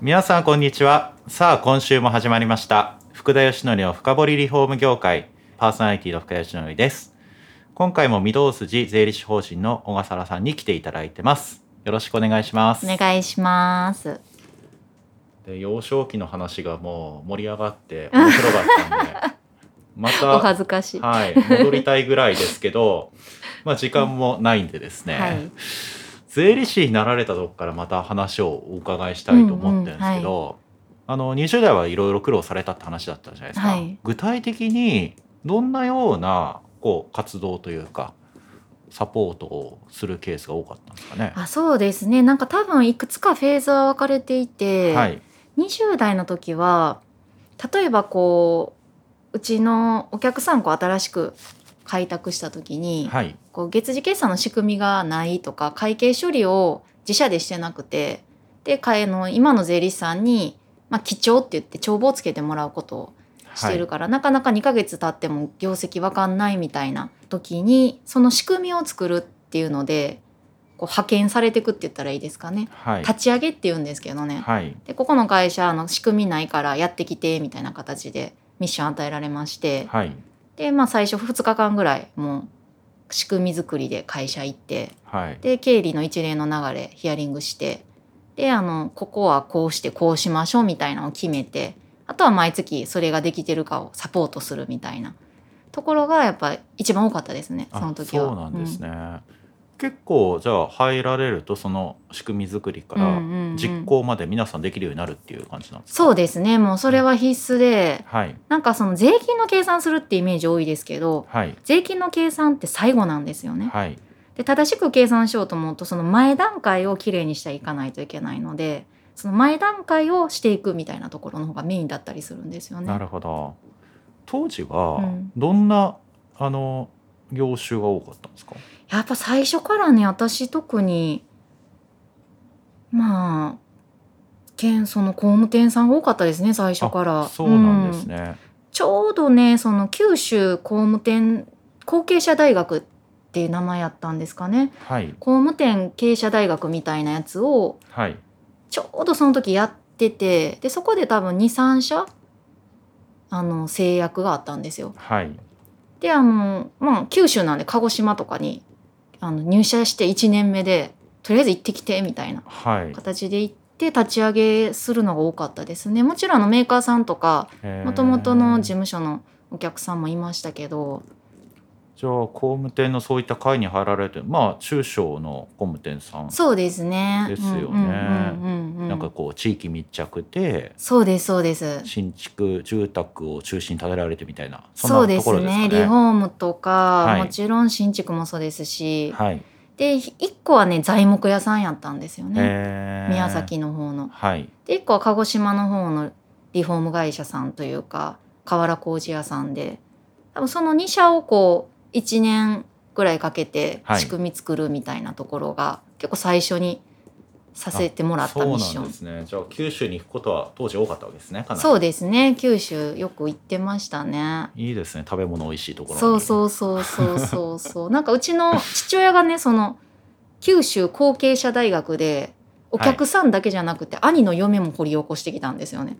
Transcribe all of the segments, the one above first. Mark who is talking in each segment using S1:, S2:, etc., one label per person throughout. S1: 皆さんこんにちはさあ今週も始まりました福田義則の深掘りリフォーム業界パーソナリティの福田義則です今回も御堂筋税理士法人の小笠原さんに来ていただいてますよろしくお願いします
S2: お願いします。
S1: で幼少期の話がもう盛り上が って面白かったんでま
S2: お
S1: た
S2: 恥ずかしい。は
S1: はい戻りたいぐらいですけどまあ時間もないんでですね、
S2: い。
S1: 税理士になられたとこからまた話をお伺いしたいと思ってるんですけど、あの20代はいろいろ苦労されたって話だったじゃないですか、
S2: はい
S1: 具体的にどんなようなこう活動というかサポートをするケースが多かったんですかね。
S2: あ、そうですね。なんか多分いくつかフェーズは分かれていて、
S1: はい、
S2: 20代の時は例えばこううちのお客さんこう新しく開拓した時に、
S1: はい、
S2: こう月次決算の仕組みがないとか会計処理を自社でしてなくてでかえの今の税理士さんに、まあ、基調って言って帳簿をつけてもらうことをしてるから、なかなか2ヶ月経っても業績わかんないみたいな時にその仕組みを作るっていうのでこう派遣されていくって言ったらいいですかね
S1: はい、
S2: 立ち上げって言うんですけどね、
S1: はい、
S2: でここの会社あの仕組みないからやってきてみたいな形でミッション与えられまして
S1: はい、
S2: で、まあ、最初2日間ぐらいもう仕組み作りで会社行って
S1: はい、
S2: で経理の一連の流れヒアリングしてであのここはこうしてこうしましょうみたいなのを決めてあとは毎月それができてるかをサポートするみたいなところがやっぱ一番多かったですねそ
S1: あ
S2: の時は。
S1: そうなんですね。結構じゃあ入られるとその仕組み作りか
S2: うんうん
S1: ら
S2: うんうん
S1: 実行まで皆さんできるようになるっていう感じなんですか。
S2: そうですねもうそれは必須で
S1: はい、
S2: なんかその税金の計算するってイメージ多いですけど
S1: はい、
S2: 税金の計算って最後なんですよね。
S1: はい、
S2: で正しく計算しようと思うとその前段階をきれいにしてはいかないといけないのでその前段階をしていくみたいなところの方がメインだったりするんですよね。
S1: なるほど当時
S2: う
S1: は
S2: ん
S1: どんな、あの業種が多かったんですか
S2: やっぱ最初からね私特にまあ県その工務店さんが多かったですね最初から。
S1: あそうなんですね、
S2: うんちょうどねその九州工務店後継者大学っていう名前やったんですかね
S1: はい
S2: 工務店経営者大学みたいなやつを
S1: はい
S2: ちょうどその時やっててでそこで多分23社あの制約があったんですよ。
S1: はい
S2: であの、まあ、九州なんで鹿児島とかにあの入社して1年目でとりあえず行ってきてみたいな
S1: はい
S2: 形で行って立ち上げするのが多かったですね。もちろんあのメーカーさんとかもともとの事
S1: 務
S2: 務所のお客さんもいましたけど
S1: じゃあ工務店のそういった会に入られてまあ中小の工務店さん、
S2: そうですね。
S1: ですよね
S2: うんうんうんうん
S1: なんかこう地域密着で
S2: そうですそうです。
S1: 新築住宅を中心に建てられてみたいな
S2: そ
S1: ん
S2: う
S1: な
S2: で
S1: とこ
S2: す
S1: ろですかね
S2: ねリフォームとか、
S1: はい
S2: もちろん新築もそうですし、
S1: はい、
S2: で1個はね材木屋さんやったんですよね、
S1: えー
S2: 宮崎の方の。
S1: はい
S2: で1個は鹿児島の方のリフォーム会社さんというか瓦工事屋さんで多分その2社をこう1年ぐらいかけて
S1: はい
S2: 仕組み作るみたいなところが、結構最初にさせてもらった
S1: そう
S2: ミ
S1: な
S2: ッショ
S1: ん
S2: ン
S1: ですねじゃあ九州に行くことは当時多かったわけですねかなり
S2: そうですね九州よく行ってましたね。
S1: いいですね食べ物美味しいところ
S2: そう
S1: う
S2: そうそうそうそうそうなんかうちの父親がねその九州後継者大学でお客さんだけじゃなくて、兄の嫁も掘り起こしてきたんですよね。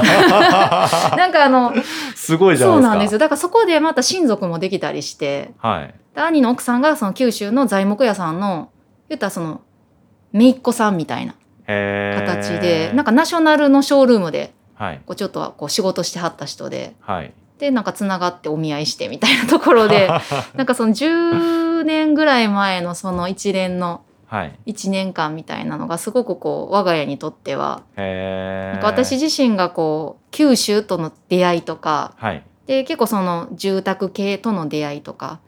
S2: なんかあの
S1: すごいじゃな
S2: そ
S1: いうですか
S2: なんですよだからそこでまた親族もできたりして
S1: はい
S2: で兄の奥さんがその九州の材木屋さんの言ったらその姪っ子さんみたいな
S1: へー
S2: 形で、なんかナショナルのショールームで
S1: はい
S2: こうちょっとはこう仕事してはった人で
S1: はい
S2: でなんかつながってお見合いしてみたいなところでなんかその10年ぐらい前のその一連の
S1: はい
S2: 1年間みたいなのがすごくこう我が家にとっては
S1: へー
S2: なんか私自身がこう九州との出会いとか
S1: はい
S2: で結構その住宅系との出会いとか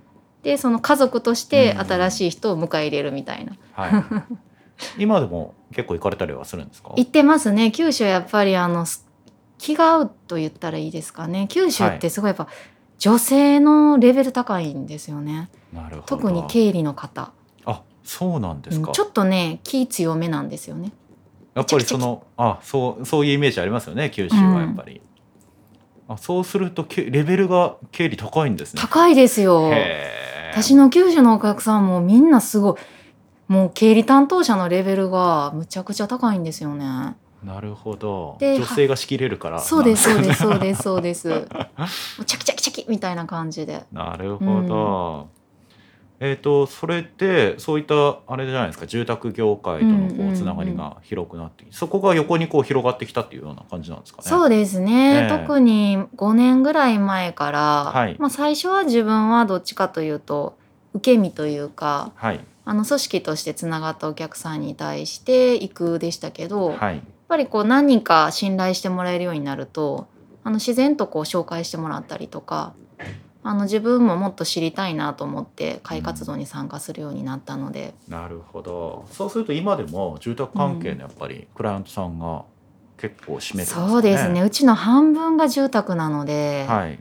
S2: でその家族として
S1: うん
S2: 新しい人を迎え入れるみたいな、
S1: はい 今でも結構行かれたりはするんですか
S2: 行ってますね九州やっぱりあのす気が合うと言ったらいいですかね九州ってすごいやっぱ、女性のレベル高いんですよね
S1: なるほど
S2: 特に経理の方
S1: あそうなんです
S2: う
S1: か
S2: んちょっとね気強めなんですよね
S1: やっぱりそのあそうそういうイメージありますよね九州はやっぱり、あそうするとけレベルが経理高いんですね
S2: 高いですよ
S1: へー
S2: 私の九州のお客さんもみんなすごいもう経理担当者のレベルがむちゃくちゃ高いんですよね
S1: なるほど
S2: で
S1: 女性が仕切れるから
S2: そうです
S1: な
S2: そ
S1: ん
S2: う
S1: か
S2: ですそうですそうですもうチャキチャキチャキみたいな感じで
S1: なるほど、えっ、とそれってそういったあれじゃないですか住宅業界との
S2: うんうん
S1: こ
S2: う
S1: うんつながりが広くなって、そこが横にこう広がってきたっていうような感じなんですかね
S2: そうですね、
S1: ええ
S2: 特に5年ぐらい前から、
S1: はい
S2: まあ、最初は自分はどっちかというと受け身というか
S1: はい
S2: あの組織としてつながったお客さんに対して行くでしたけど、やっ
S1: はい
S2: ぱりこう何人か信頼してもらえるようになるとあの自然とこう紹介してもらったりとかあの自分ももっと知りたいなと思って会活動に参加するようになったので、
S1: なるほどそうすると今でも住宅関係のやっぱりクライアントさんが結構占めてますね
S2: そうですねうちの半分が住宅なので。
S1: はい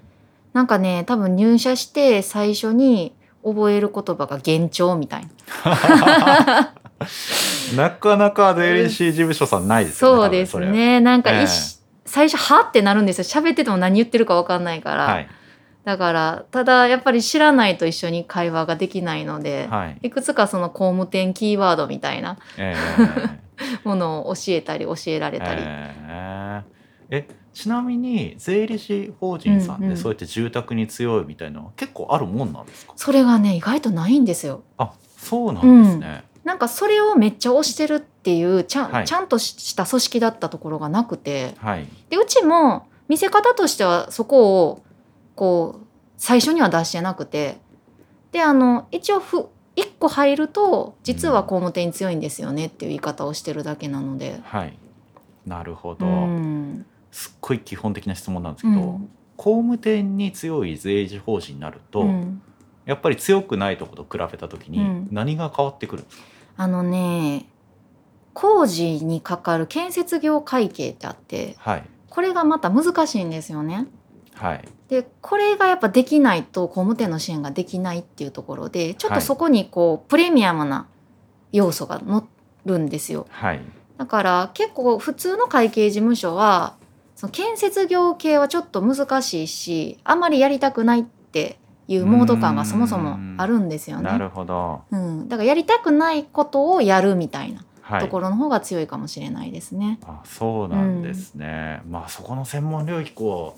S2: なんかね多分入社して最初に覚える言葉が幻聴みたいな
S1: なかなか税理士事務所さんないですよね
S2: そうです
S1: 多分それ
S2: ねなんか
S1: ええ
S2: 一し、最初はってなるんですよ喋ってても何言ってるか分かんないから、
S1: はい
S2: だからただやっぱり知らないと一緒に会話ができないので、
S1: はい
S2: い、くつかその工務店キーワードみたいな
S1: ええ
S2: ものを教えたり教えられたり、
S1: えーえちなみに税理士法人さん
S2: うん
S1: で
S2: うん
S1: そうやって住宅に強いみたいなのは結構あるもんなんですか、
S2: それがね意外とないんですよ。
S1: あそうなんですね、
S2: なんかそれをめっちゃ推してるっていうちゃん,、
S1: はい
S2: ちゃんとした組織だったところがなくて、
S1: はい
S2: でうちも見せ方としてはそこをこう最初には出してなくてであの一応ふ1個入ると実は工務店に強いんですよねっていう言い方をしてるだけなので、
S1: はいなるほ
S2: う
S1: ど、
S2: ん
S1: すっごい基本的な質問なんです
S2: う
S1: けど、
S2: ん
S1: 公務店に強い税理士法人になると、
S2: うん
S1: やっぱり強くないとこと比べた時
S2: う
S1: に
S2: ん
S1: 何が変わってくるんですか、
S2: あのね工事にかかる建設業会計ってあって
S1: はい
S2: これがまた難しいんですよね。
S1: はい
S2: でこれがやっぱできないと工務店の支援ができないっていうところでちょっ
S1: は
S2: と
S1: い
S2: そこにこう、プレミアムな要素が乗るんですよ
S1: はい
S2: だから結構普通の会計事務所はその建設業系はちょっと難しいしあまりやりたくないっていうモード感がそもそもあるんですよ
S1: な
S2: ね。
S1: るほど
S2: うん、だからやりたくないことをやるみたいな
S1: はい
S2: ところの方が強いかもしれないですね。
S1: あそうなんですね、まあそこの専門領域を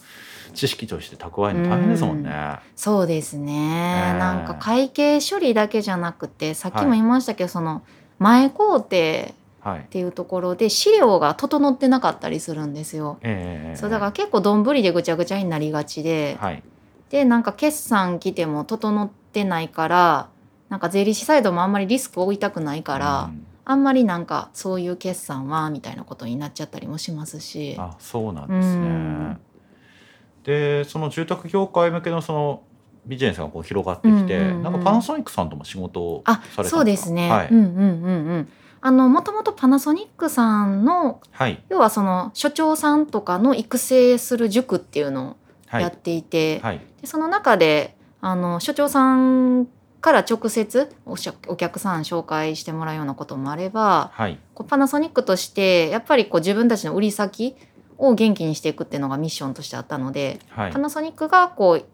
S1: 知識として蓄えるの大変ですもんね、
S2: うんそうですね、
S1: ええ
S2: なんか会計処理だけじゃなくてさっきも
S1: はい
S2: 言いましたけど、その前工程って
S1: はい
S2: いうところで資料が整ってなかったりするんですよ。
S1: ええ
S2: そうだから結構どんぶりでぐちゃぐちゃになりがちで、
S1: はい
S2: でなんか決算来ても整ってないからなんか税理士サイドもあんまりリスクを負いたくないから、
S1: うん
S2: あんまりなんかそういう決算はみたいなことになっちゃったりもしますし。
S1: あそうなんですね、
S2: うん
S1: でその住宅業界向けのそのビジネスがこう広がってきて、
S2: うんうんうん
S1: なんかパナソニックさんとも仕事をさ
S2: あ
S1: れたんですか
S2: そうですね、
S1: はい、
S2: うんうんうんうんあのもともとパナソニックさんの
S1: はい
S2: 要はその所長さんとかの育成する塾っていうのを
S1: は
S2: やっ
S1: い
S2: ていて、
S1: はい
S2: でその中であの所長さんから直接おしゃお客さん紹介してもらうようなこともあれば
S1: はい
S2: こうパナソニックとしてやっぱりこう自分たちの売り先を元気にしていくっていうのがミッションとしてあったので、
S1: はい
S2: パナソニックがこう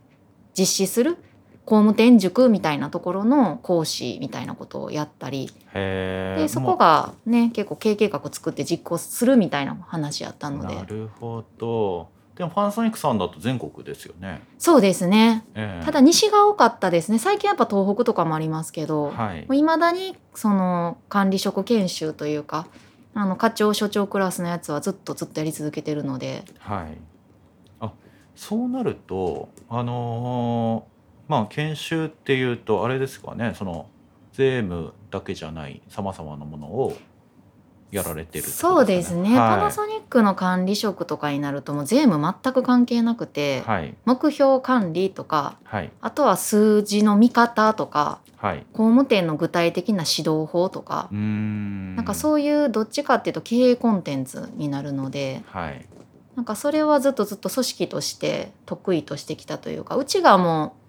S2: 実施する工務店塾みたいなところの講師みたいなことをやったり、
S1: へえ
S2: でそこがね結構経営計画作って実行するみたいな話やったの
S1: な
S2: で
S1: るほどでもパナソニックさんだと全国ですよね、
S2: そうですね
S1: ええ
S2: ただ西が多かったですね最近やっぱ東北とかもありますけど、
S1: はい
S2: いまだにその管理職研修というかあの課長所長クラスのやつはずっとずっとやり続けてるので
S1: はい。あ、そうなると、あのーまあ研修っていうとあれですかね、その税務だけじゃないさまざまなものをやられてるって
S2: そ
S1: こと
S2: うですね、パナソニックの管理職とかになるともう税務全く関係なくて、
S1: はい
S2: 目標管理とか
S1: はい
S2: あとは数字の見方とか
S1: はい
S2: 工務店の具体的な指導法とか
S1: うー、ん
S2: なんかそういうどっちかっていうと経営コンテンツになるので
S1: はい
S2: なんかそれはずっとずっと組織として得意としてきたというかうちがもう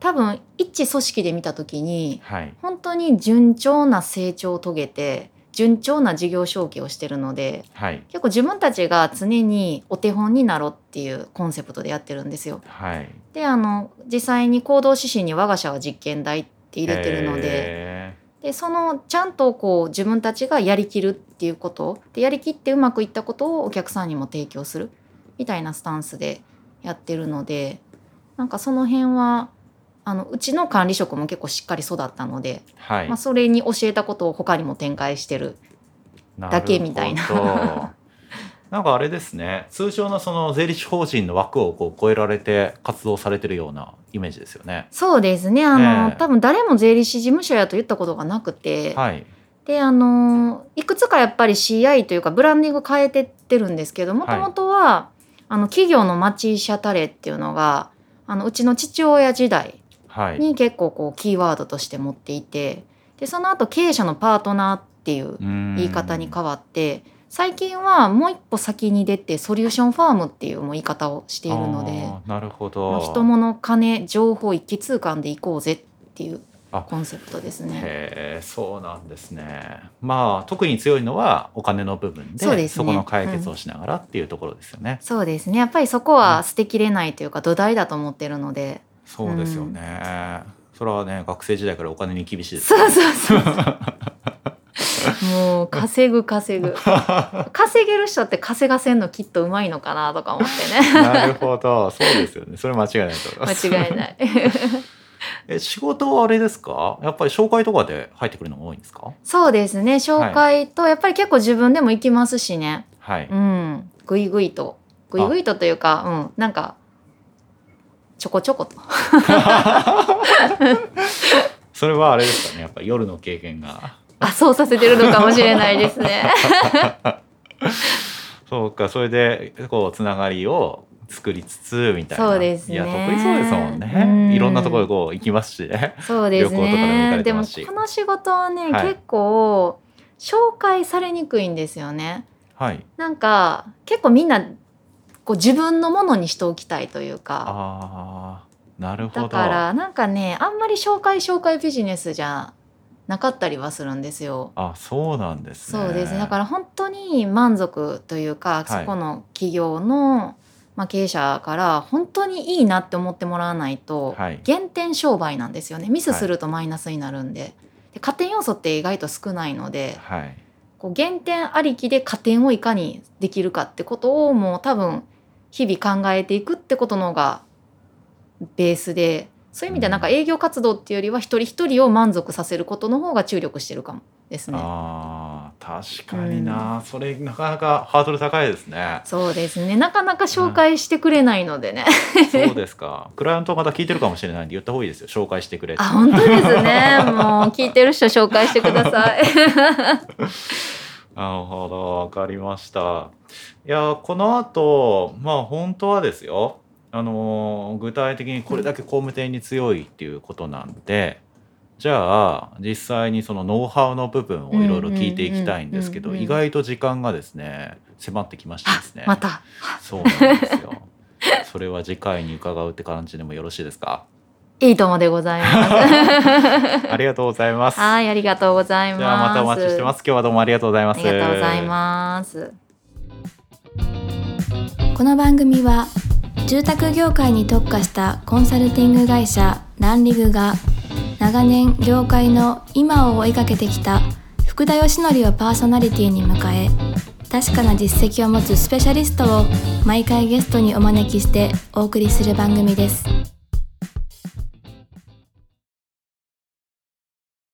S2: 多分一組織で見た時に
S1: はい
S2: 本当に順調な成長を遂げて順調な事業承継をしてるので
S1: はい
S2: 結構自分たちが常にお手本になろうっていうコンセプトでやってるんですよ。
S1: はい
S2: であの実際に行動指針に我が社は実験台って入れてるので
S1: へ
S2: でそのちゃんとこう自分たちがやりきるっていうことでやりきってうまくいったことをお客さんにも提供するみたいなスタンスでやってるのでなんかその辺はあのうちの管理職も結構しっかり育ったので、
S1: ーはい、
S2: まあ、それに教えたことを他にも展開してるだけみたいな
S1: るほ ど。なんかあれですね通常のその税理士法人の枠をこう超えられて活動されてるようなイメージですよね。
S2: そうですねあの、
S1: ええ
S2: 多分誰も税理士事務所やと言ったことがなくて、
S1: はい
S2: であのいくつかやっぱり CI というかブランディング変えてってるんですけどもともとは、あの企業の町医者タレっていうのがあのうちの父親時代
S1: はい。
S2: に結構こうキーワードとして持っていてでその後経営者のパートナーっていう
S1: 言
S2: 言い方に変わって最近はもう一歩先に出てソリューションファームっていうもう言い方をしているので
S1: あーなるほ
S2: も
S1: ど。
S2: う人物金情報一気通貫でいこうぜっていう
S1: あ
S2: コンセプトですね。
S1: へえそうなんですね。まあ特に強いのはお金の部分で
S2: そうですね
S1: この解決をしながらっていうところですよね。
S2: そうですねやっぱりそこは捨てきれないというか土台だと思ってるので
S1: そうですよね。それはね学生時代からお金に厳しいですね。
S2: そうそうそう もう稼ぐ稼ぐ稼げる人って稼がせんのきっとうまいのかなとか思って ね
S1: なるほどそうですよね。それ間違いないと思います。
S2: 間違いない
S1: え仕事はあれですかやっぱり紹介とかで入ってくるのが多いんですか
S2: そうですね紹介とやっぱり結構自分でも行きますしね
S1: はい、
S2: うんぐいぐいとぐいぐいとというかうんなんかちょこちょこと
S1: それはあれですかねやっぱり夜の経験が
S2: あそうさせてるのかもしれないですね
S1: そうかそれでこうつながりを作りつつみたいな
S2: そうですね
S1: いや得意そうですもん
S2: うん
S1: ねいろんなところこう行きますしね
S2: そうです
S1: 旅行とかでも行か
S2: ね
S1: れて
S2: でも
S1: ま
S2: こ
S1: すし
S2: の仕事はね、
S1: はい
S2: 結構紹介されにくいんですよね
S1: はい
S2: なんか結構みんなこう自分のものにしておきたいというか
S1: あーなるほど
S2: だからなんかねあんまり紹介紹介ビジネスじゃなかったりはするんですよ。
S1: あそうなんですね
S2: そうですねだから本当に満足という
S1: は
S2: か、
S1: い
S2: そこの企業の、まあ、経営者から本当にいいなって思ってもらわないと、
S1: はい
S2: 減点商売なんですよねミスするとマイナスになるんで,、で加点要素って意外と少ないので
S1: はい
S2: こう減点ありきで加点をいかにできるかってことをもう多分日々考えていくってことの方がベースでそういう意味ではなんか営業活動っていうよりは一人一人を満足させることの方が注力してるかもですね。
S1: あー確かにな、それなかなかハードル高いです ね
S2: そうですねなかなか紹介してくれないのでね。
S1: そうですかクライアントまた聞いてるかもしれないんで言った方がいいですよ紹介してくれって
S2: あ本当で すねもう聞いてる人紹介してください。
S1: なるほど、わかりました。いや、この後、まあ本当はですよ、あのー具体的にこれだけ工務店に強いっていうことなんで、じゃあ実際にそのノウハウの部分をいろいろ聞いていきたいんですけ
S2: う
S1: ど、
S2: んうんうんうん
S1: 意外と時間がですね、迫ってきましてですね。
S2: また
S1: そうなんですよ。 それは次回に伺うって感じでもよろしいですか。
S2: いいともでございます。
S1: ありがとうございます。じ
S2: はいありがとうございます。
S1: ゃあまたお待ちしてます。今日はどうもありがとうござい
S2: あ
S1: ます。
S2: りがとうございます。
S3: この番組は住宅業界に特化したコンサルティング会社ランリグが長年業界の今を追いかけてきた福田義則をパーソナリティに迎え確かな実績を持つスペシャリストを毎回ゲストにお招きしてお送りする番組です。